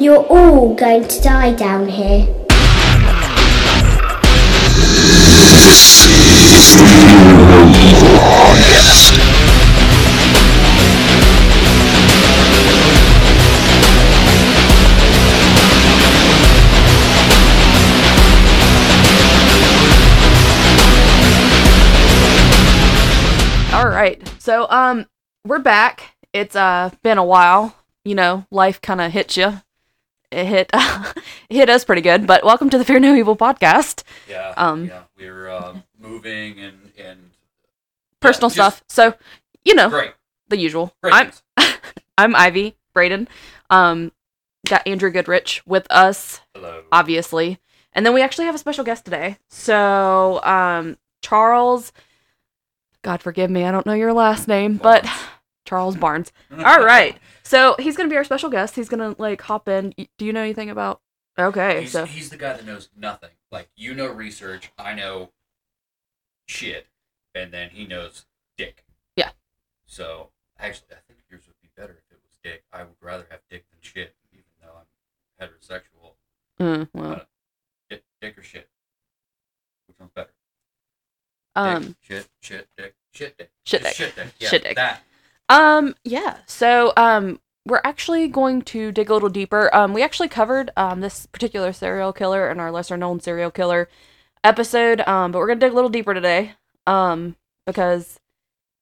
You're all going to die down here. All right. So, um, we're back. It's uh been a while. You know, life kind of hits you. It hit it hit us pretty good. But welcome to the Fear No Evil podcast. Yeah. Um, yeah. We were um, moving and and Personal just- stuff. So, you know, great. the usual. Great. Oh, I'm news. I'm Ivy Braden. Um, got Andrew Goodrich with us, Hello. obviously, and then we actually have a special guest today. So, um, Charles. God forgive me, I don't know your last name, but Charles Barnes. All right. So he's gonna be our special guest. He's gonna like hop in. Y- Do you know anything about? Okay, He's, so he's the guy that knows nothing. Like you know research, I know shit, and then he knows dick. Yeah. So actually, I think yours would be better if it was dick. I would rather have dick than shit, even though I'm heterosexual. Mm, well, Dick, dick or shit. Which one's better? um, dick, shit, shit, dick, shit, dick, Shit dick. shit, dick. Yeah, Shit dick. That. um, yeah. So um, we're actually going to dig a little deeper. Um, we actually covered um this particular serial killer in our lesser known serial killer episode. Um, but we're gonna dig a little deeper today. Um, because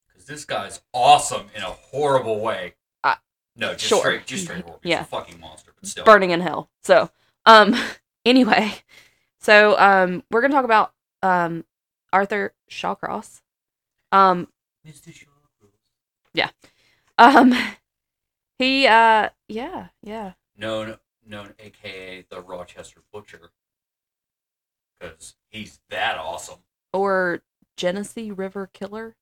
because this guy's awesome in a horrible way. Uh, no, just sure. straight, just straight horrible. Yeah. He's a fucking monster, but still. burning in hell. So, um, anyway, so um, we're gonna talk about um Arthur Shawcross. Um, Mr. Shaw. Um, he, uh, yeah, yeah, Known, known, aka the Rochester Butcher, because he's that awesome. or Genesee River Killer,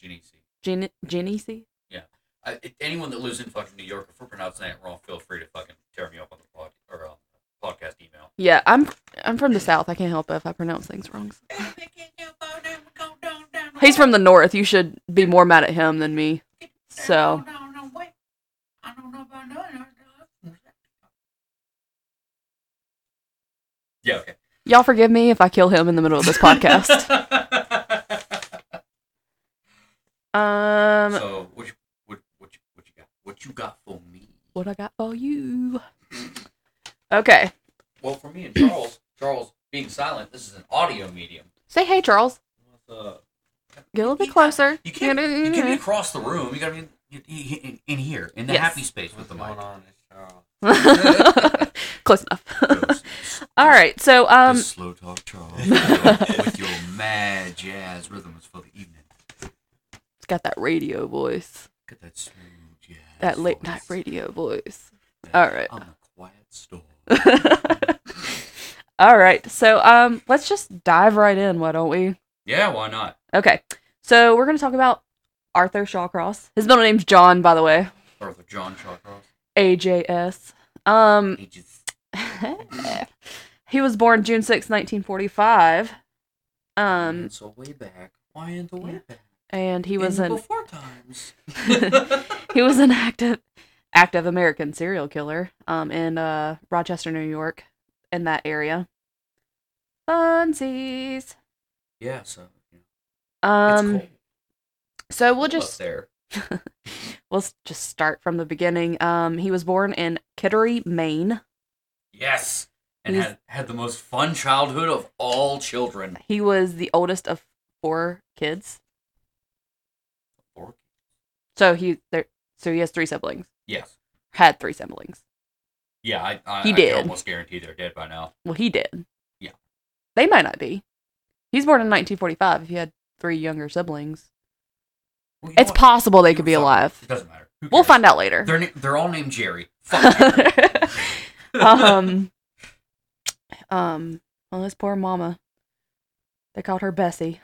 Genesee. Gen- Genesee. E I, if anyone that lives in fucking New York, if we're pronouncing that wrong, feel free to fucking tear me up on the pod or um, podcast email. Yeah, I'm I'm from the South. I can't help it if I pronounce things wrong. He's from the North. You should be more mad at him than me. So, Yeah. Okay. y'all forgive me if I kill him in the middle of this podcast. um, so what you, what, what, you, what you got? What you got for me? what I got for you? Okay, Well, for me and Charles, Charles being silent, this is an audio medium. say hey, Charles. Uh, Get a little bit closer. you can't you can't be across the room. You gotta be in, in, in here in the Yes. happy space with the mic. Close enough. All right, so um, This slow talk, Charles, with your mad jazz rhythms for the evening. It's got that radio voice, Get that smooth jazz. that late night voice. radio voice. That- All right. I'm a quiet storm. All right. So, um, let's just dive right in, why don't we? yeah, why not? Okay. So, we're going to talk about Arthur Shawcross. His middle name's John, by the way. Arthur John Shawcross. AJS. Um, He just he was born June 6, 1945. Um, so way back. Why in the way back? and he was in an before times. he was an active active American serial killer um in uh Rochester, New York, in that area. Funsies. yeah, so you know, it's Um cold. so we'll Cold up just there. we'll s- just start from the beginning. Um he was born in Kittery, Maine. Yes. And He's- had, had the most fun childhood of all children. He was the oldest of four kids. Or- So he there so he has three siblings. Yes. Had three siblings. Yeah, I, I, He I can did. almost guarantee they're dead by now. Well, he did. Yeah. They might not be. He's born in 1945 if he had three younger siblings. Well, you know It's what? possible they You could be fuck- alive. It doesn't matter. Who We'll cares? find out later. They're, na- they're all named Jerry. Fuck Jerry. um, um, well, this poor mama. They called her Bessie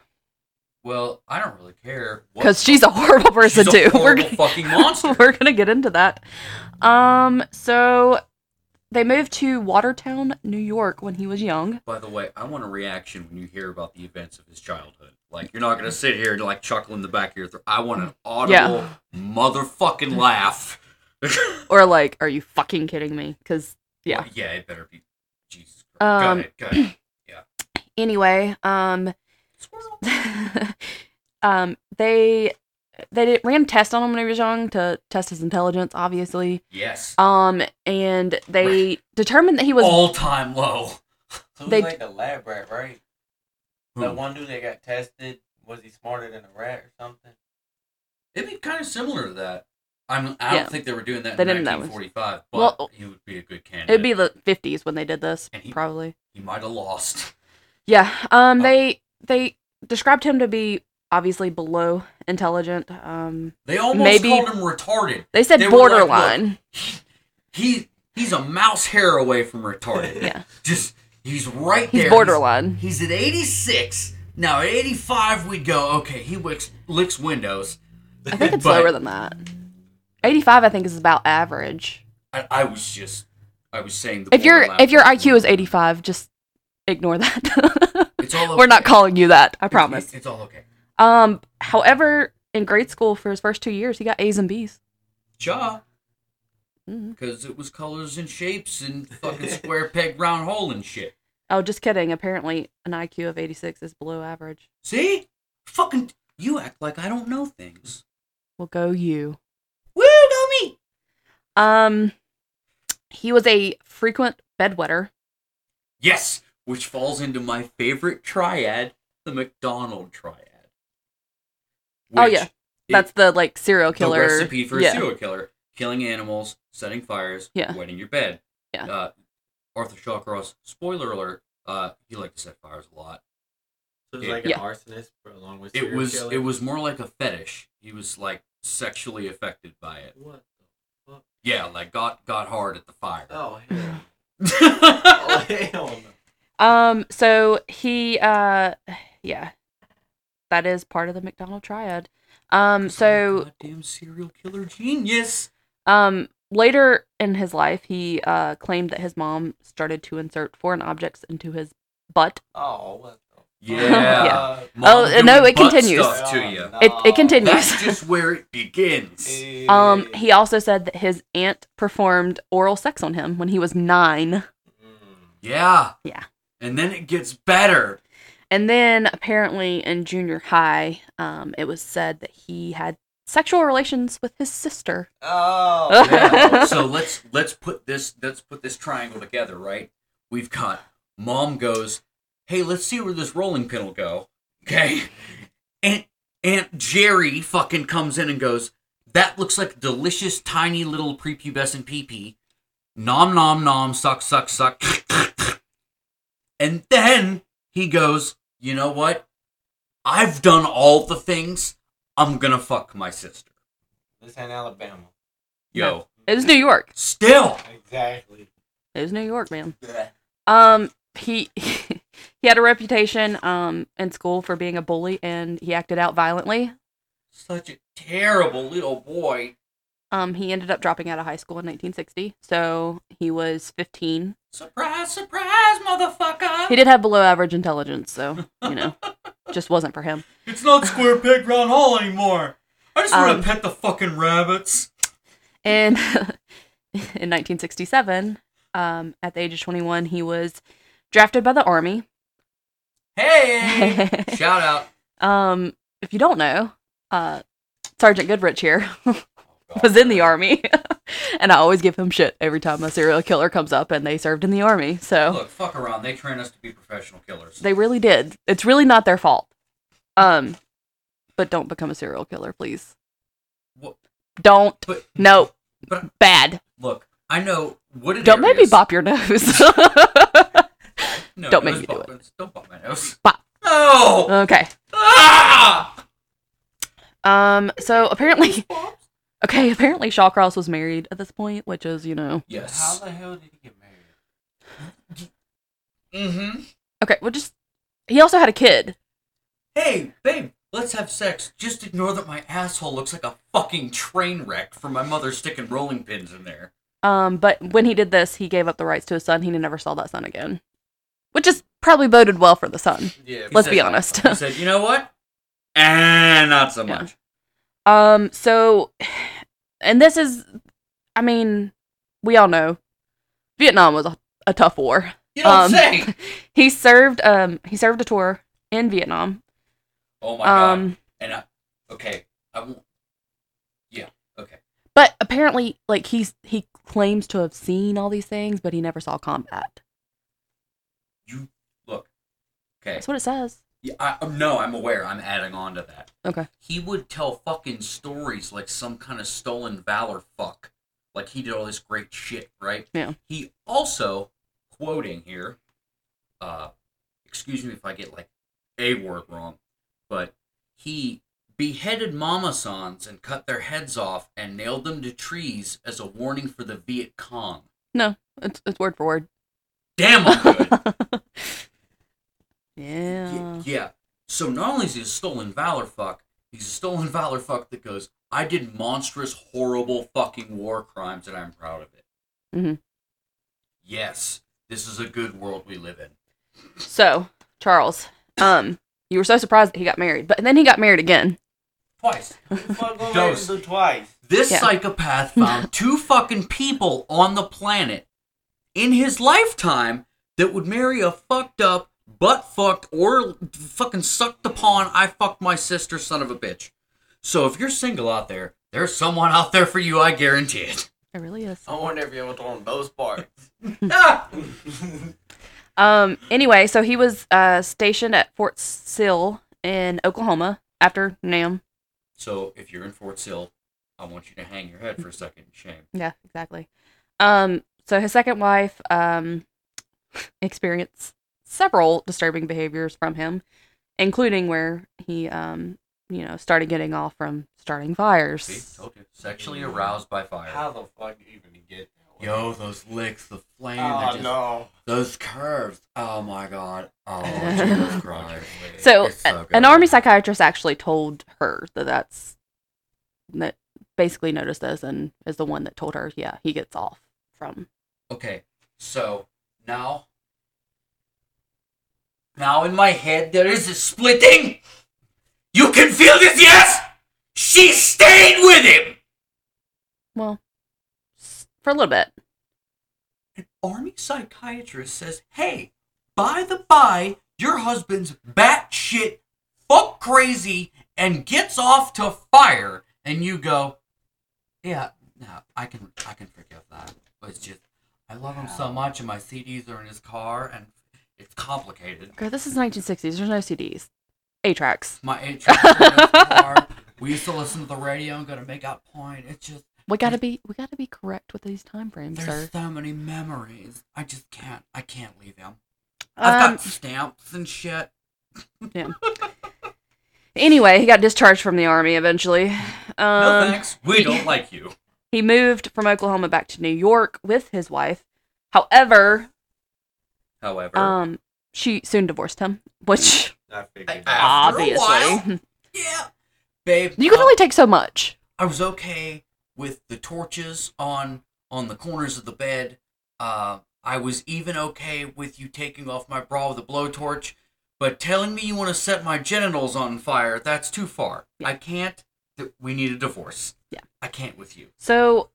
well, I don't really care. what because the- she's a horrible person she's too. A We're horrible gonna- fucking monster. We're gonna get into that. Um, so they moved to Watertown, New York, when he was young. By the way, I want a reaction when you hear about the events of his childhood. Like, you're not going to sit here and, like, chuckle in the back of your throat. I want an audible motherfucking laugh or like, are you fucking kidding me? Because Yeah. Well, yeah, it better be. Jesus Christ. Um, got it. Got it. anyway, um, Squirrel. um, they they did, ran tests on him when he was young to test his intelligence, obviously. Yes. Um, and they determined that he was All time low. Who's They- like a lab rat, right? Hmm. Hmm. That one dude that got tested was he smarter than a rat or something? It'd be kind of similar to that. I'm, I Yeah. don't think they were doing that They in didn't that was- 1945, but Well, he would be a good candidate. it'd be the fifties when they did this, And he- probably. he might have lost. Yeah. Um, Oh. they they described him to be obviously below intelligent. Um, They almost Maybe- called him retarded. they said They were like, "Look, borderline. He he's a mouse hair away from retarded. Yeah. Just he's right there. He's borderline. He's, he's at 86. Now at 85 we'd go, okay, he licks, licks windows. I think it's but- lower than that. Eighty-five, I think, is about average. I, I was just I was saying the If your borderline if your person. IQ is eighty-five, just ignore that. It's all okay. We're not calling you that. I It's- promise. It's, it's all okay. Um, however, in grade school for his first two years, he got A's and B's. Cha. Mhm. Because it was colors and shapes and fucking square peg round hole and shit. Oh, just kidding. Apparently, an IQ of eighty-six is below average. See? Fucking you act like I don't know things. Well, go you. Woo, go me! Um, he was a frequent bedwetter. Yes, which falls into my favorite triad, the McDonald triad. Oh, yeah. Which That's the like serial killer. The recipe for yeah. a serial killer: killing animals, setting fires, Yeah. wetting your bed. Yeah. Uh, Arthur Shawcross. Spoiler alert: uh, he liked to set fires a lot. So it was Yeah. like an Yeah. arsonist, but along with It serial was killer? it was more like a fetish. He was like sexually affected by it. What? the fuck? Yeah, like got got hard at the fire. Oh hell! oh Oh. hell no! Um, so he, uh, yeah, that is part of the McDonald triad. Um, so goddamn serial killer genius. Um, later in his life, he uh, claimed that his mom started to insert foreign objects into his butt. Oh what? The fuck? Yeah. Uh, Oh, Mom no, doing it butt continues. Stuff to you. no. It, it continues. That's just where it begins. Um, Eh. he also said that his aunt performed oral sex on him when he was nine. Mm. Yeah. Yeah. And then it gets better. And then apparently in junior high, um, it was said that he had sexual relations with his sister. Oh. Yeah. hell. so let's let's put this let's put this triangle together, right? We've got mom goes, "Hey, let's see where this rolling pin'll go." Okay. Aunt Aunt Jerry fucking comes in and goes, "That looks like a delicious tiny little prepubescent pee-pee." Nom nom nom suck suck suck. and then he goes, "You know what? I've done all the things. I'm going to fuck my sister." This ain't Alabama. Yo. It was New York. Still. Exactly. It was New York, man. Um, he he had a reputation um in school for being a bully, and he acted out violently. Such a terrible little boy. Um, he ended up dropping out of high school in 1960, so he was 15. Surprise, surprise, He motherfucker. did have below average intelligence, so you know, just wasn't for him. It's not square peg round hole anymore. I just wanna Um, pet the fucking rabbits. And in 1967, um, at the age of 21, he was drafted by the army. Hey! Shout out. um, if you don't know, uh, Sergeant Goodrich here God. was in the army, and I always give him shit every time a serial killer comes up, and they served in the army, so. Look, fuck around. They train us to be professional killers. Oh. They really did. It's really not their fault. Um, but don't become a serial killer, please. Wha- Don't. But- no. but- Bad. Look, I know what it Don't make me bop your nose. No, Don't make me do bop, it. Don't bop my nose. Bop. Uh. No! okay. ah! Um. So apparently, okay. Apparently, Shawcross was married at this point, which is you know. How Yes. the hell did he get married? Mm-hmm. Okay. Well, just he also had a kid. Hey, babe, let's have sex. Just ignore that my asshole looks like a fucking train wreck from my mother sticking rolling pins in there. Um. But when he did this, he gave up the rights to his son. He never saw that son again, which is probably boded well for the son. Yeah. Let's said be that. honest. He said, you know what? And not so Yeah. much. Um, so, and this is, I mean, we all know Vietnam was a, a tough war. You don't Um, say. He served um he served a tour in Vietnam. Oh my god. um And I, okay, I won't. but apparently like he's he claims to have seen all these things, but he never saw combat. You look. Okay. That's what it says. Yeah, I, um, no, I'm aware. I'm adding on to that. Okay. He would tell fucking stories like some kind of stolen valor fuck. Like he did all this great shit, right? Yeah. He also, quoting here, uh, excuse me if I get like a word wrong, but he beheaded mama sons and cut their heads off and nailed them to trees as a warning for the Viet Cong. It's it's word for word. Damn, I'm good. yeah. Uh. Y- yeah. So not only is he a stolen valor fuck, he's a stolen valor fuck that goes, I did monstrous, horrible fucking war crimes and I'm proud of it. Mhm. Yes, this is a good world we live in. So, Charles, um you were so surprised that he got married, but then he got married again. Twice. Fuck over Dose. and do twice. This Yeah. psychopath found two fucking people on the planet in his lifetime that would marry a fucked up, butt fucked, or fucking sucked upon I fucked my sister son of a bitch. So if you're single out there, there's someone out there for you, I guarantee it. It really is. I wonder if you ever told him those parts. Ah! Um. Anyway, so he was uh, stationed at Fort Sill in Oklahoma after Nam. So if you're in Fort Sill, I want you to hang your head for a second in shame. Yeah, exactly. Um. So his second wife um experienced several disturbing behaviors from him, including where he um you know started getting off from starting See, fires. told you. Sexually aroused by fire. How the fuck you even get that way? Yo, those licks, the flame, Oh, they're just- no. those curves. Oh my god. Oh Jesus Christ. So, It's so a- an good. army psychiatrist actually told her that that's that basically noticed this and is the one that told her, yeah, he gets off from Okay, so now, now in my head there is a splitting. You can feel this, yes? She stayed with him. Well, s- for a little bit. An army psychiatrist says, "Hey, by the by, your husband's batshit, fuck crazy, and gets off to fire." And you go, "Yeah, no, I can, I can forgive that. It's just, I love him so much, and my CDs are in his car, and it's complicated." Girl, this is 1960s. There's no CDs. A tracks. my eight track car. We used to listen to the radio and go to make out point. It's just We gotta be we gotta be correct with these time frames, there's sir. so many memories. I just can't. I can't leave him. I've Um, got stamps and shit. anyway, he got discharged from the army eventually. Um, thanks. We don't like you. he moved from Oklahoma back to New York with his wife. However, However, um, she soon divorced him, which I figured Ah. that. After a obviously while. yeah, babe. you can um, only take so much. I was okay with the torches on on the corners of the bed. Uh, I was even okay with you taking off my bra with a blowtorch, but telling me you want to set my genitals on fire—that's too far. I can't. Th- we need a divorce. Yeah. I can't with you. So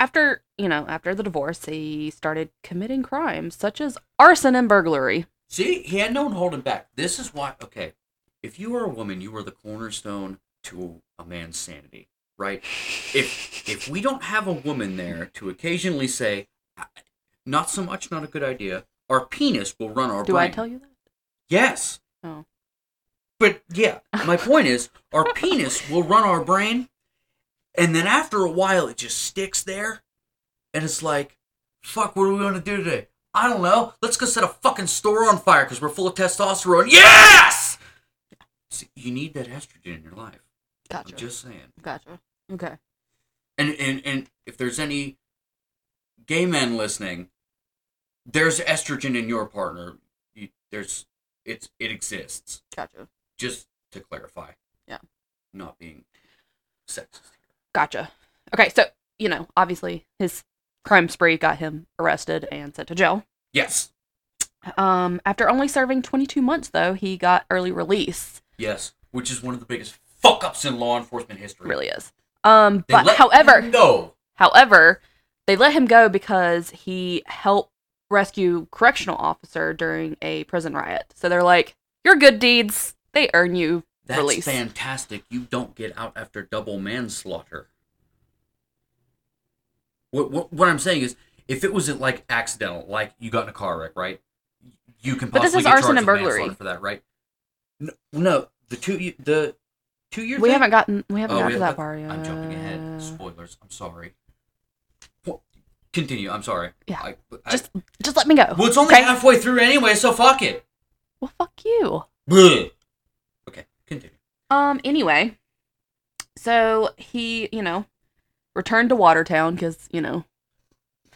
after you know after the divorce, he started committing crimes such as arson and burglary. See, he had no one holding back. This is why. Okay, if you are a woman, you are the cornerstone to a man's sanity, right? If if we don't have a woman there to occasionally say, "I- "Not so much, not a good idea," our penis will run our Do brain. I tell you that? Yes. Oh. But yeah, my point is, our penis will run our brain, and then after a while, it just sticks there, and it's like, fuck, what do we want to do today? I don't know. Let's go set a fucking store on fire because we're full of testosterone. Yes! See, you need that estrogen in your life. Gotcha. I'm just saying. Gotcha. Okay. And, and and if there's any gay men listening, there's estrogen in your partner. You, there's it's it exists. Gotcha. just to clarify. Yeah. Not being sexist. Gotcha. Okay, so, you know, obviously his crime spree got him arrested and sent to jail. Yes. Um, after only serving 22 months, though, he got early release. Yes. Which is one of the biggest fuck ups in law enforcement history. Really is. Um, They but let however, you know however, They let him go because he helped rescue correctional officer during a prison riot. So they're like, your good deeds, they earn you That's release. fantastic. You don't get out after double manslaughter. What, what what I'm saying is, if it was like accidental, like you got in a car wreck, right? You can But this possibly is get arson and charged with burglary. manslaughter for that, right? No, no the two ye- the two years. We haven't gotten we haven't Oh, gotten we to haven't that part yet. I'm jumping ahead. Spoilers. I'm sorry. Well, Continue. I'm sorry. Yeah. I, I- Just just let me go. well, it's only okay? halfway through anyway, so fuck it. Well, fuck you. Bleh. Okay. Continue. Um. Anyway, so he, you know, returned to Watertown because you know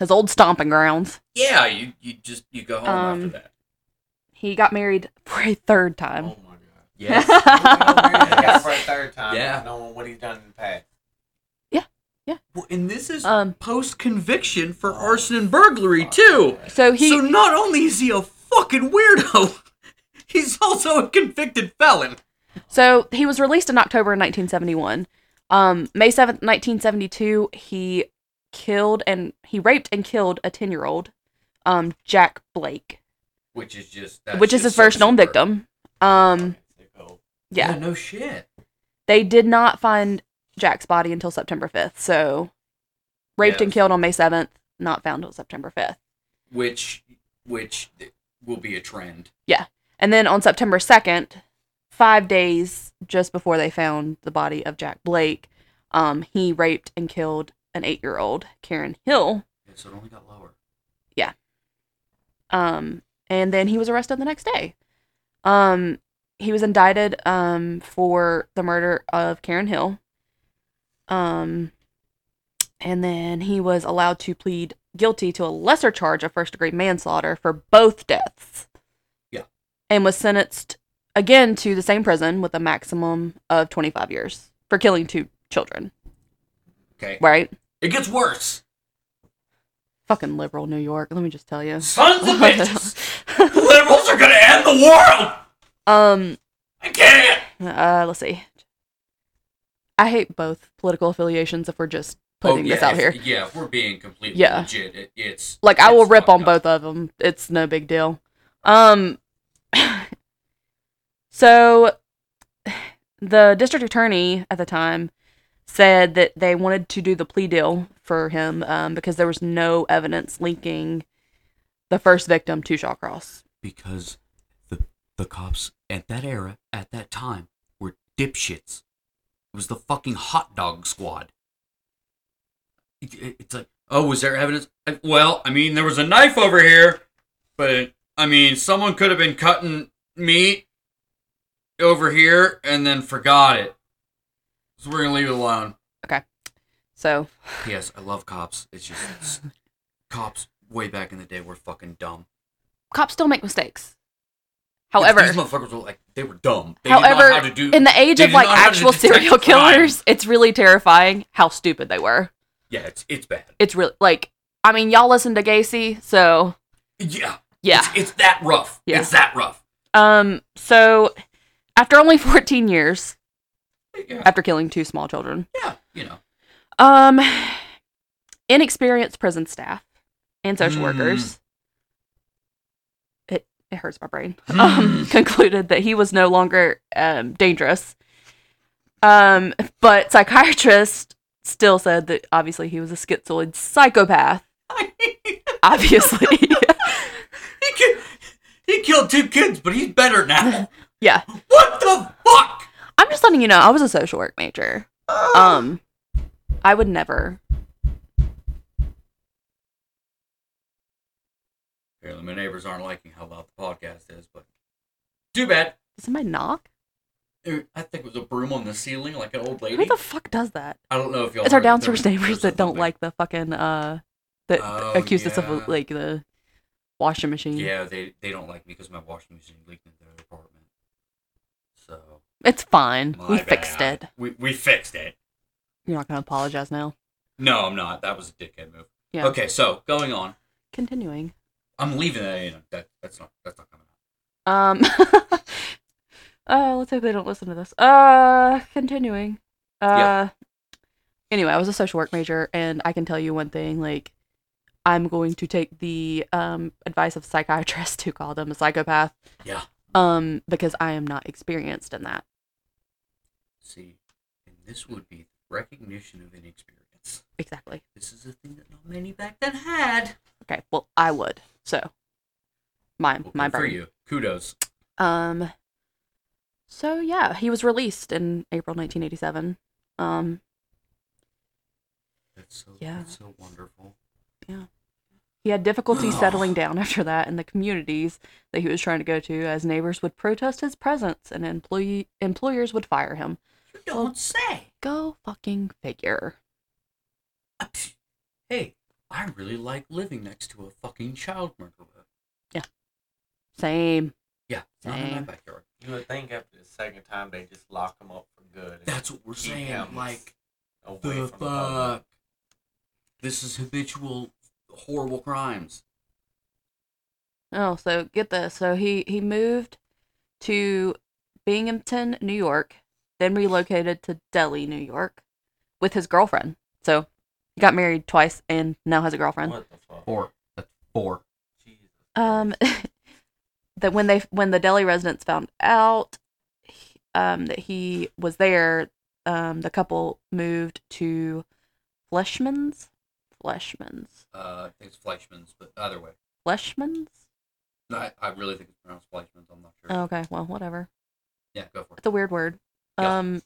his old stomping grounds. Yeah. You you just you go home Um, after that. He got married for a third time. Oh my god. Yes. He got Yes. for a third time. Yeah. Knowing what he's done in the past. Well, and this is Um, post conviction for Oh, arson and burglary fuck too. that. so he so not only is he a fucking weirdo, he's also a convicted felon. So he was released in October in 1971. Um, May 7th, 1972, he killed and he raped and killed a 10 year old, um, Jack Blake, Which is just which is his first known victim. Um, Sicko. yeah. No shit. They did not find Jack's body until September 5th. So raped and Yes. killed on May 7th, not found until September 5th. Which which will be a trend. And then on September 2nd, five days just before they found the body of Jack Blake, um, he raped and killed an eight year old, Karen Hill. Yeah, so it only got lower. Um, and then he was arrested the next day. Um, he was indicted um, for the murder of Karen Hill. Um, and then he was allowed to plead guilty to a lesser charge of first degree manslaughter for both deaths. Yeah. And was sentenced again to the same prison with a maximum of 25 years for killing two children, Okay. right? It gets worse. Fucking liberal New York, let me just tell you. Sons of bitches. the liberals are gonna end the world. um, I can't. Uh, let's see. I hate both political affiliations if we're just putting this out here. Oh, Yeah, if we're being completely Yeah. legit, it, it's Like, I will it's rip fucked on up. both of them. It's no big deal. Um, so the district attorney at the time said that they wanted to do the plea deal for him um, because there was no evidence linking the first victim to Shawcross. because the the cops at that era at that time were dipshits. It was the fucking hot dog squad. It- it- It's like, oh, was there evidence? Uh, Well, I mean, there was a knife over here, but I mean, someone could have been cutting meat over here and then forgot it. So we're gonna leave it alone. So, Yes, I love cops. It's just it's- cops. Way back in the day, were fucking dumb. cops still make mistakes. These- However, these motherfuckers were like they were dumb. They didn't know However, how to do in the age they of did like not know how to actual detect serial crime. killers, it's really terrifying how stupid they were. Yeah, it's it's bad. It's really like, I mean, y'all listen to Gacy, so Yeah, yeah. It's, it's that rough. Yeah. It's that rough. Um, so after only 14 years Yeah, after killing two small children, yeah, you know. um, inexperienced prison staff and social Mm. workers. It it hurts my brain. um, concluded that he was no longer um, dangerous. Um, but psychiatrists still said that obviously he was a schizoid psychopath. he, Obviously, ki- he killed two kids, but he's better now. yeah. what the fuck? I'm just letting you know I was a social work major. Oh. Um, I would never. Apparently, my neighbors aren't liking how loud the podcast is, but too bad. Did somebody knock? Er, I think it was a broom on the ceiling, like an old Who lady. the fuck does that? I don't know if y'all. It's our heard, but there downstairs was- there neighbors was that don't something. like the fucking uh that Oh, accused us yeah. of like the washing machine. Yeah, they they don't like me because my washing machine leaked into their apartment. So It's fine. my we fixed bad. it. We we fixed it. You're not gonna apologize now. No, I'm not. That was a dickhead move. Yeah. Okay, so going on. Continuing. I'm leaving that in. That that's not that's not coming out. Um. uh, let's hope they don't listen to this. Uh, continuing. Uh, Yeah. anyway, I was a social work major, and I can tell you one thing: like, I'm going to take the um, advice of psychiatrists who call them a psychopath. Yeah. Um, because I am not experienced in that. See, and this would be recognition of inexperience. Exactly. This is a thing that not many back then had. Okay. Well, I would. So, my Well, my good for brain. you. Kudos. Um. So yeah, he was released in April 1987. Um. That's so. Yeah. That's so wonderful. He had difficulty settling down after that in the communities that he was trying to go to, as neighbors would protest his presence and employee employers would fire him. You don't say. Go fucking figure. Ah, psh. Hey, I really like living next to a fucking child murderer. Same. Yeah, not in my Same. backyard. You would think after the second time they just lock him up for good. and That's what we're keep saying. him Like, away from the the public. fuck? This is habitual, horrible crimes. Oh, so get this. So he he moved to Binghamton, New York, then relocated to Delhi, New York, with his girlfriend. So he got married twice and now has a girlfriend. What the fuck? Four. That's four. Jesus. Um, that when they when the Delhi residents found out he- um that he was there, um the couple moved to Fleshman's, Fleshman's, Uh, I think it's Fleischman's, but either way. Fleshman's. No, I, I really think it's pronounced Fleischman's. I'm not sure. Oh, okay, well, whatever. Yeah, go for it. It's a weird word. Yeah. Um,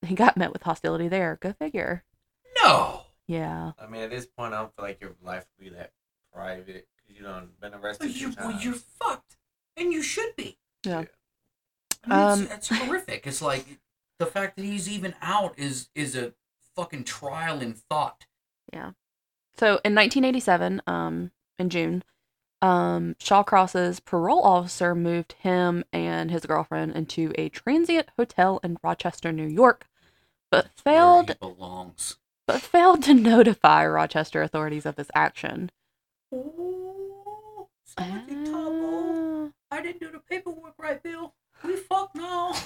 he got met with hostility there. Go figure. No! Yeah. I mean, at this point, I don't feel like your life would be that private because you done been arrested. But two you, well, times. you're fucked. And you should be. Yeah. I Um, mean, it's, it's horrific. It's like the fact that he's even out is is a fucking trial in thought. So in 1987, um, in June, um, Shawcross's parole officer moved him and his girlfriend into a transient hotel in Rochester, New York, but That's where he failed belongs. but failed to notify Rochester authorities of his action. Ooh, Ah. I didn't do the paperwork right, Bill. We fuck now.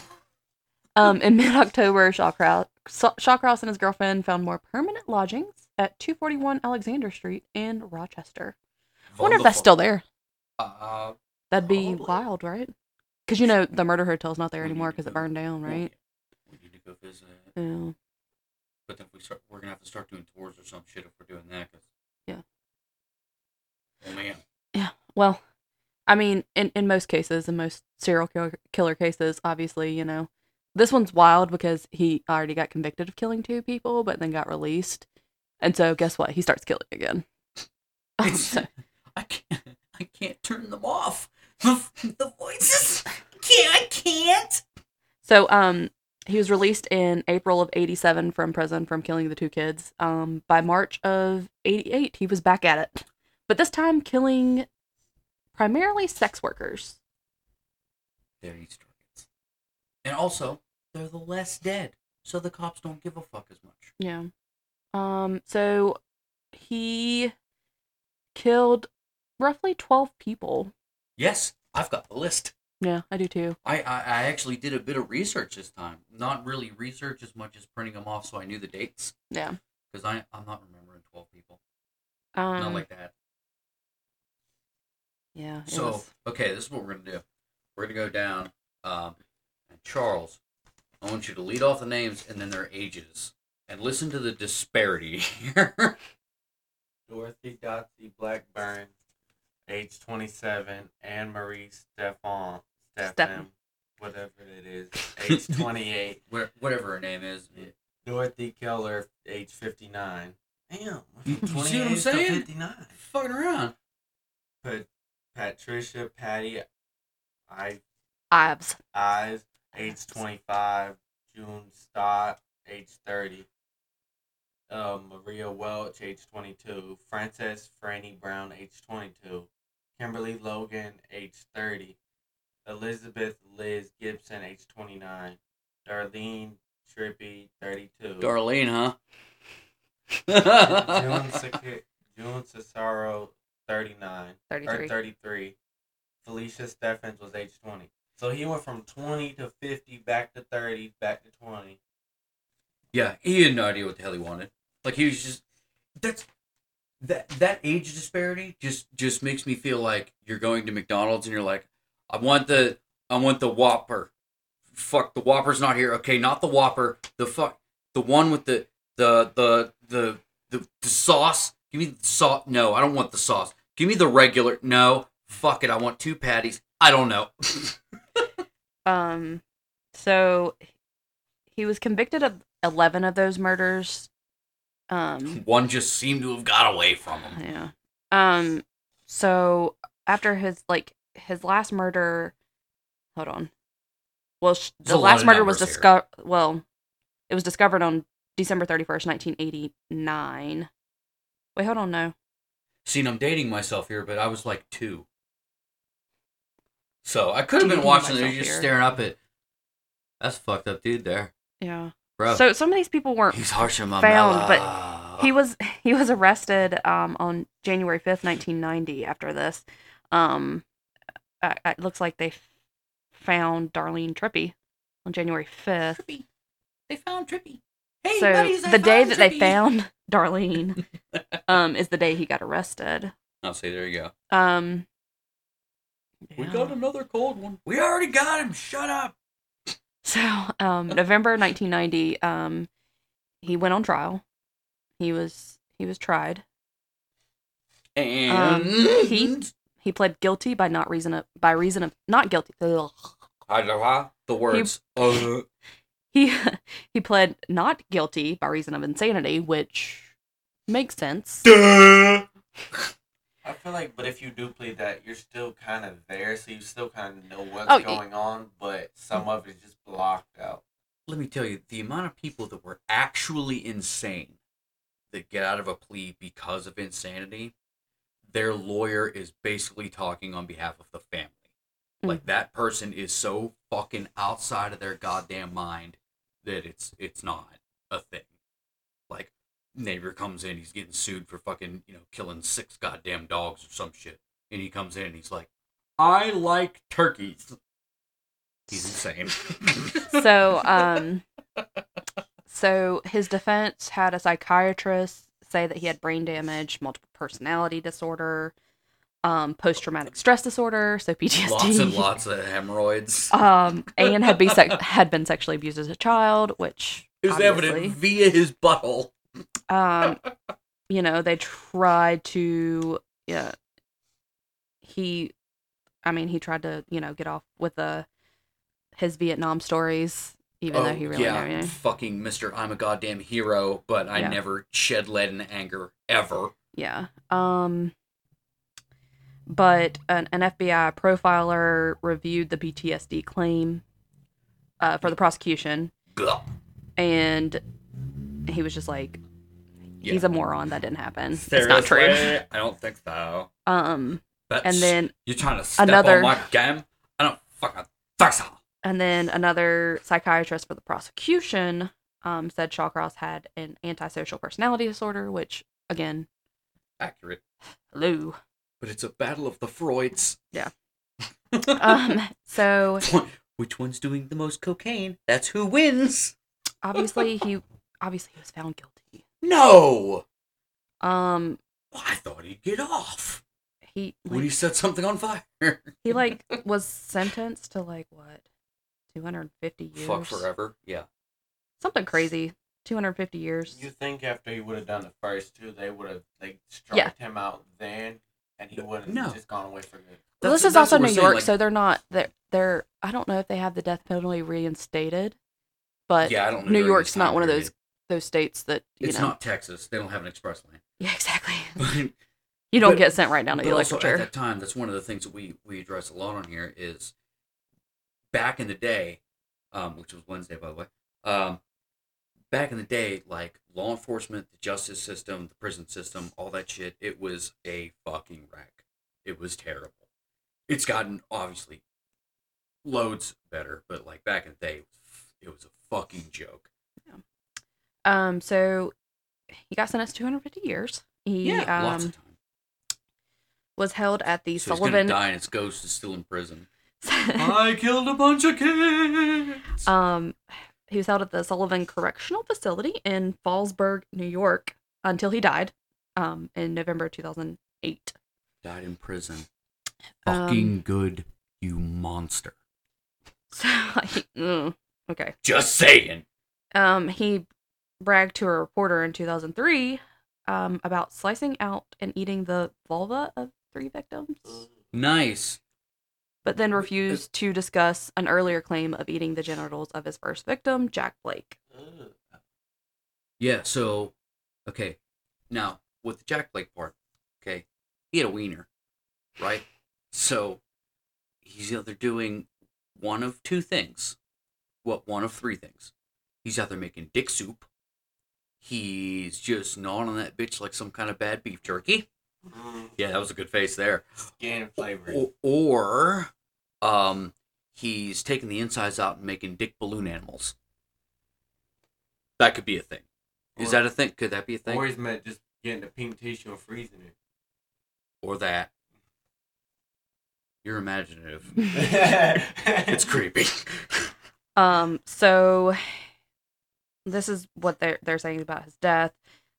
Um, in mid-October, Shawcross, Shawcross and his girlfriend found more permanent lodgings at 241 Alexander Street in Rochester. I wonder if that's still there. Uh, That'd be Probably. wild, right? Because you know the murder hotel's not there We need anymore to because it go- burned down, right? We need to go visit. it. Yeah. But then if we start, we're gonna have to start doing tours or some shit if we're doing that. 'cause- Yeah. Oh man. Well, I mean, in in most cases, in most serial killer, killer cases, obviously, you know, this one's wild because he already got convicted of killing two people, but then got released, and so guess what? He starts killing again. Um, It's- so- I can't. I can't turn them off. The, the voices. Can't. I can't. So um he was released in April of 87 from prison from killing the two kids. Um by March of 88 he was back at it. But this time killing primarily sex workers. They're Easter eggs. And also, they're the less dead, so the cops don't give a fuck as much. Yeah. Um so he killed roughly 12 people. Yes, I've got the list. Yeah, I do too. I, I, I actually did a bit of research this time. Not really research as much as printing them off so I knew the dates. Yeah. Because I'm not remembering 12 people. Um not like that. yeah. it So, was- okay, this is what we're going to do. We're going to go down. Um, and Charles, I want you to lead off the names and then their ages. And listen to the disparity here. Dorothy Dotsy Blackburn, age 27, Anne Marie Stefan, Stefan, Stefan. whatever it is, age 28, Wha- Whatever her name is. Yeah. Dorothy Keller, age 59. Damn, You- you see what I'm 28 to saying? 59. Fucking around. Pat- Patricia Patty I- Ives. Ives, age 25, June Stott, age 30. Uh, Maria Welch, age 22. Frances Franny Brown, age 22. Kimberly Logan, age 30. Elizabeth Liz Gibson, age 29. Darlene Trippy, 32. Darlene, huh? June, Saki- June Cesaro, 39. Or 33. 33. Felicia Steffens was age 20. So he went from 20 to 50, back to 30, back to 20. Yeah, he had no idea what the hell he wanted. Like he was just that's that that age disparity just just makes me feel like you're going to McDonald's and you're like, I want the I want the Whopper. Fuck the Whopper's not here. Okay, not the Whopper. The fuck the one with the the the the the, the sauce. Give me the sauce. No, I don't want the sauce. Give me the regular. No, fuck it. I want two patties. I don't know. Um, so he was convicted of eleven of those murders. Um, one just seemed to have got away from him. yeah. Um, so after his like his last murder, hold on. Well, sh- There's the a lot last of murder was numbers here. discovered. Well, it was discovered on December thirty first, nineteen eighty nine. Wait, hold on. No, Seen, I'm dating myself here, but I was like two. So I could have been Dating watching it, myself just here. staring up at. That's a fucked up, dude. There, yeah. bro. So some of these people weren't he's harsh on my found, but mellow. he was he was arrested um, on January fifth, nineteen ninety. After this, um, uh, it looks like they found Darlene Trippy on January fifth. Trippy. They found Trippy. Hey, so buddies, I the day found that they Trippy. found Darlene um, is the day he got arrested. I'll say, Oh, there you go. Um, yeah. another cold one. We already got him. Shut up. So, um, November 1990, um, he went on trial. He was he was tried. Um, And he- He pled guilty by not reason of by reason of not guilty. Ugh. I don't know the words. Uh, He he pled not guilty by reason of insanity, which makes sense. duh. I feel like, but if you do plead that, you're still kind of there, so you still kind of know what's Oh, y- going on, but some of it's just blocked out. Let me tell you, the amount of people that were actually insane that get out of a plea because of insanity, their lawyer is basically talking on behalf of the family. Like that person is so fucking outside of their goddamn mind that it's it's not a thing. Like neighbor comes in, he's getting sued for fucking you know killing six goddamn dogs or some shit, and he comes in and he's like, I like turkeys. He's insane. so um so his defense had a psychiatrist say that he had brain damage multiple personality disorder um post-traumatic stress disorder so ptsd lots and lots of hemorrhoids. um and had been sex- had been sexually abused as a child which It's evident obviously, via his butthole. um you know they tried to yeah he i mean he tried to you know get off with the his vietnam stories even though he really Oh, yeah, never- fucking Mr. I'm a goddamn hero, but I Yeah. never shed lead in anger ever. Yeah. Um but an, an FBI profiler reviewed the PTSD claim uh, for the prosecution Blah. and he was just like he's Yeah. a moron that didn't happen. It's not true. Seriously? I don't think so. Um That's, and then you're trying to step on another- my game. I don't fucking think so. and then another psychiatrist for the prosecution um said Shawcross had an antisocial personality disorder which again, Accurate, Lou. but it's a battle of the Freuds. Um so Which one's doing the most cocaine? That's who wins. obviously he obviously he was found guilty. No, Um Well, I thought he'd get off he when like- he set something on fire. He like was sentenced to like what, two hundred fifty years? Fuck forever. Yeah. Something crazy. Two hundred fifty years. You think after he would have done the first two, they would have they struck Yeah. him out then, and he would have No. just gone away for good. Well, this That's- is that's also what New we're saying, York, like- so they're not they're they're. I don't know if they have the death penalty reinstated, but yeah, I don't know. New during York's this time not one of period. those those states that you It's know. not Texas. They don't have an express lane. Yeah, exactly. But, You don't But- get sent right down to but the also electric at chair. that time, that's one of the things that we we address a lot on here is back in the day, um, which was Wednesday by the way. Um, back in the day, like law enforcement, the justice system, the prison system, all that shit, it was a fucking wreck. It was terrible. It's gotten obviously loads better, but like back in the day, it was a fucking joke. Um, so he got sentenced two hundred fifty years. He lots um of time. was held at the So he's Sullivan. gonna die, and his ghost is still in prison. I killed a bunch of kids. Um, he was held at the Sullivan Correctional Facility in Fallsburg, New York, until he died um, in November 2008. Died in prison. Um, Fucking good, you monster. So, like, mm, okay. Just saying. Um, he bragged to a reporter in 2003 um, about slicing out and eating the vulva of three victims, Uh, Nice. but then refused to discuss an earlier claim of eating the genitals of his first victim, Jack Blake. Ugh. Yeah, so okay. Now, with the Jack Blake part, okay, he had a wiener. Right? So he's either doing one of two things. Well, one of three things. He's either making dick soup, he's just gnawing on that bitch like some kind of bad beef jerky. Mm. Yeah, that was a good face there. Skin flavor. O- Or um he's taking the insides out and making dick balloon animals. That could be a thing. Is Or- that a thing? Could that be a thing? Or he's meant just getting the pink tissue and freezing or that. You're imaginative. it. It's creepy. Um, so this is what they're they're saying about his death.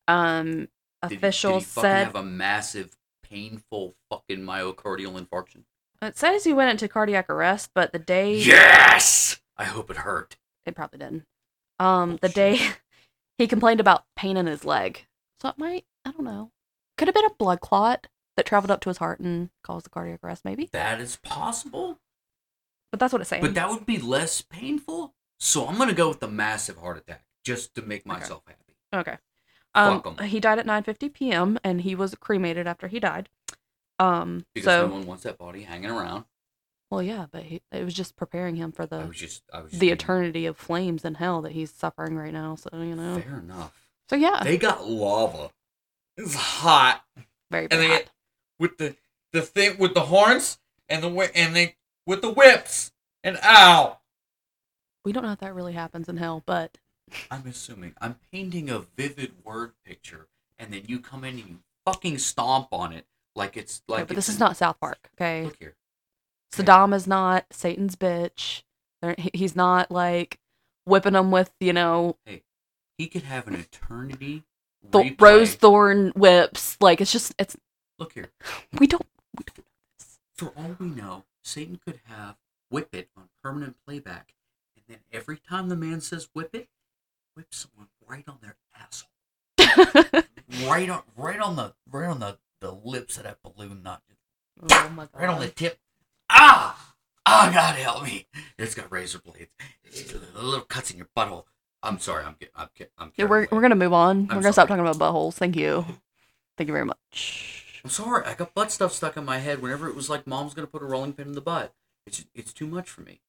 Um, Did he- officials did he fucking said have a massive, painful fucking myocardial infarction? it says he went into cardiac arrest, but the day Yes. I hope it hurt. it probably didn't. Oh, Um, the day he complained about pain in his leg, so it might I don't know could have been a blood clot that traveled up to his heart and caused the cardiac arrest, maybe. That is possible, But that's what it's saying. but that would be less painful. So I'm gonna go with the massive heart attack just to make myself happy. Okay. Um, Fuck 'em. he died at 9:50 p.m. and he was cremated after he died. Um, Because so no one wants that body hanging around. well, yeah, but he, it was just preparing him for I the was just, I was just the being- eternity of flames and hell that he's suffering right now. So you know, Fair enough. so yeah, They got lava. It's hot. very and bad. they had- with the the thing with the horns and the whi- and they with the whips and ow. we don't know if that really happens in hell, but I'm assuming I'm painting a vivid word picture, and then you come in and you fucking stomp on it like it's like. okay, but it's this is not South Park. Okay, Look here. Saddam is not Satan's bitch. There- he- He's not like whipping them with you know He could have an eternity. th- replay. rose thorn whips. Like it's just it's Look here. we don't For all we know, Satan could have whip it on permanent playback, and then every time the man says whip it, whip someone right on their asshole. right on right on the right on the, the lips of that balloon nut. Oh my god. Right on the tip. Ah! Ah God help me. It's got razor blades. Little cuts in your butthole. I'm sorry, I'm getting I'm getting I'm Yeah, carried we're, away. we're gonna move on. we're gonna stop sorry. talking about buttholes. Thank you. Thank you very much. I'm sorry, I got butt stuff stuck in my head whenever it was like mom's gonna put a rolling pin in the butt. It's it's too much for me.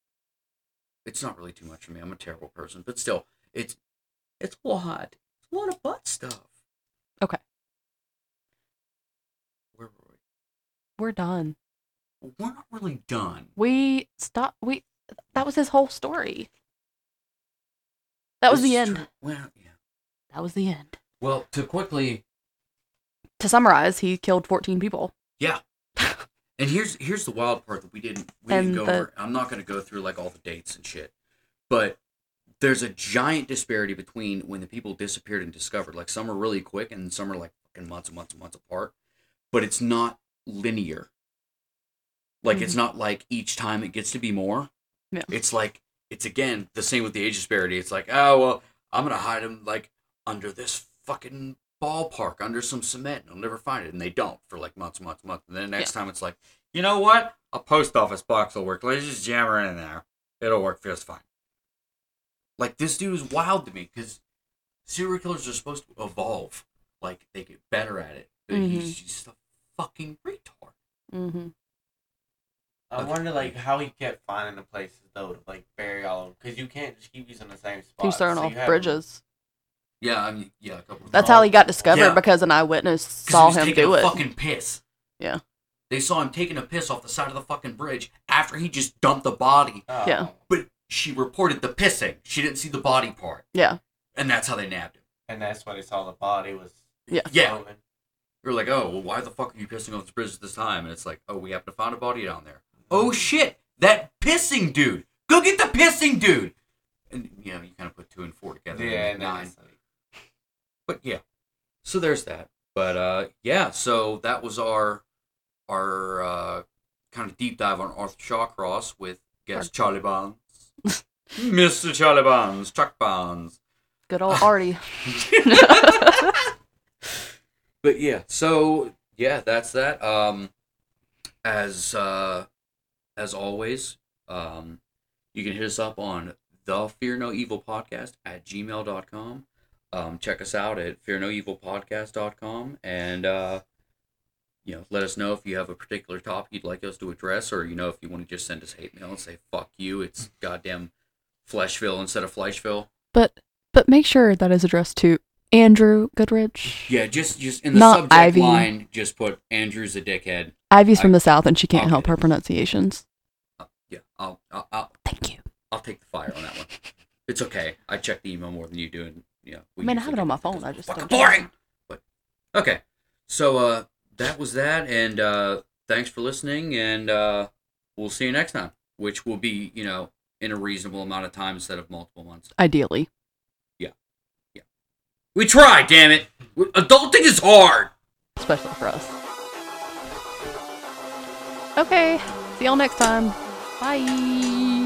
It's not really too much for me. I'm a terrible person, but still, it's it's a lot. It's a lot of butt stuff. Okay. Where were We're done. we? We're not really done. We stop. We that was his whole story. That was the This end. tr- well, yeah. That was the end. Well, to quickly, To summarize, he killed 14 people. yeah. and here's here's the wild part that we didn't we And didn't go the- over. I'm not going to go through like all the dates and shit, but there's a giant disparity between when the people disappeared and discovered. Like some are really quick and some are like fucking months and months and months apart. But it's not linear. Like it's not like each time it gets to be more. Mm-hmm. Yeah. It's like it's again the same with the age disparity. It's like oh well, I'm gonna hide him like under this fucking ballpark under some cement and I'll never find it. And they don't for like months, months, months. And then the next time it's like, you know what? A post office box will work. Let's just jam her in there. It'll work just fine. Like this dude is wild to me because serial killers are supposed to evolve. Like they get better at it. But He's just a fucking retard. Mm-hmm. Oh, I wonder like how he kept finding the places though to like bury all of them because you can't just keep using the same spot. He was throwing so off you have- bridges. Yeah, I mean, yeah, a couple. Of That's how he got discovered Yeah. because an eyewitness 'Cause he saw was him taking do a it. Fucking piss. Yeah. They saw him taking a piss off the side of the fucking bridge after he just dumped the body Oh. Yeah. But she reported the pissing. She didn't see the body part, Yeah. and that's how they nabbed him. and that's why they saw the body was. Yeah. Yeah, floating. we are like, oh, well, why the fuck are you pissing on this bridge at this time? And it's like, oh, we happen to find a body down there. Oh shit, that pissing dude. Go get the pissing dude. And you know, you kind of put two and four together. Yeah, and and nine. then it's like, But yeah, so there's that. But uh, yeah, so that was our our uh, kind of deep dive on Arthur Shawcross with guest Charlie Bonds, Mister Charlie Bonds, Chuck Bonds. Good old Artie. But yeah, so yeah, that's that. Um, as uh, as always, um, you can hit us up on the Fear No Evil Podcast at gmail.com. Um, check us out at fearnoevilpodcast.com and uh, you know, let us know if you have a particular topic you'd like us to address, or you know, if you want to just send us hate mail and say "fuck you," it's goddamn Fleshville instead of Fleshville. but but make sure that is addressed to Andrew Goodrich. Yeah, just just in the Not subject Ivy. line, just put Andrew's a dickhead. Ivy's I- from the south and she can't I'll help get her it. pronunciations. Yeah, I'll, I'll, I'll, Thank you. I'll take the fire on that one. It's okay. I check the email more than you do, and yeah. I mean, I have it on my phone. I just fucking don't do it. boring. But okay, so uh, that was that, and uh, thanks for listening, and uh, we'll see you next time, which will be you know in a reasonable amount of time instead of multiple months. Ideally. We try, damn it. Adulting is hard. especially for us. Okay, see y'all next time. Bye.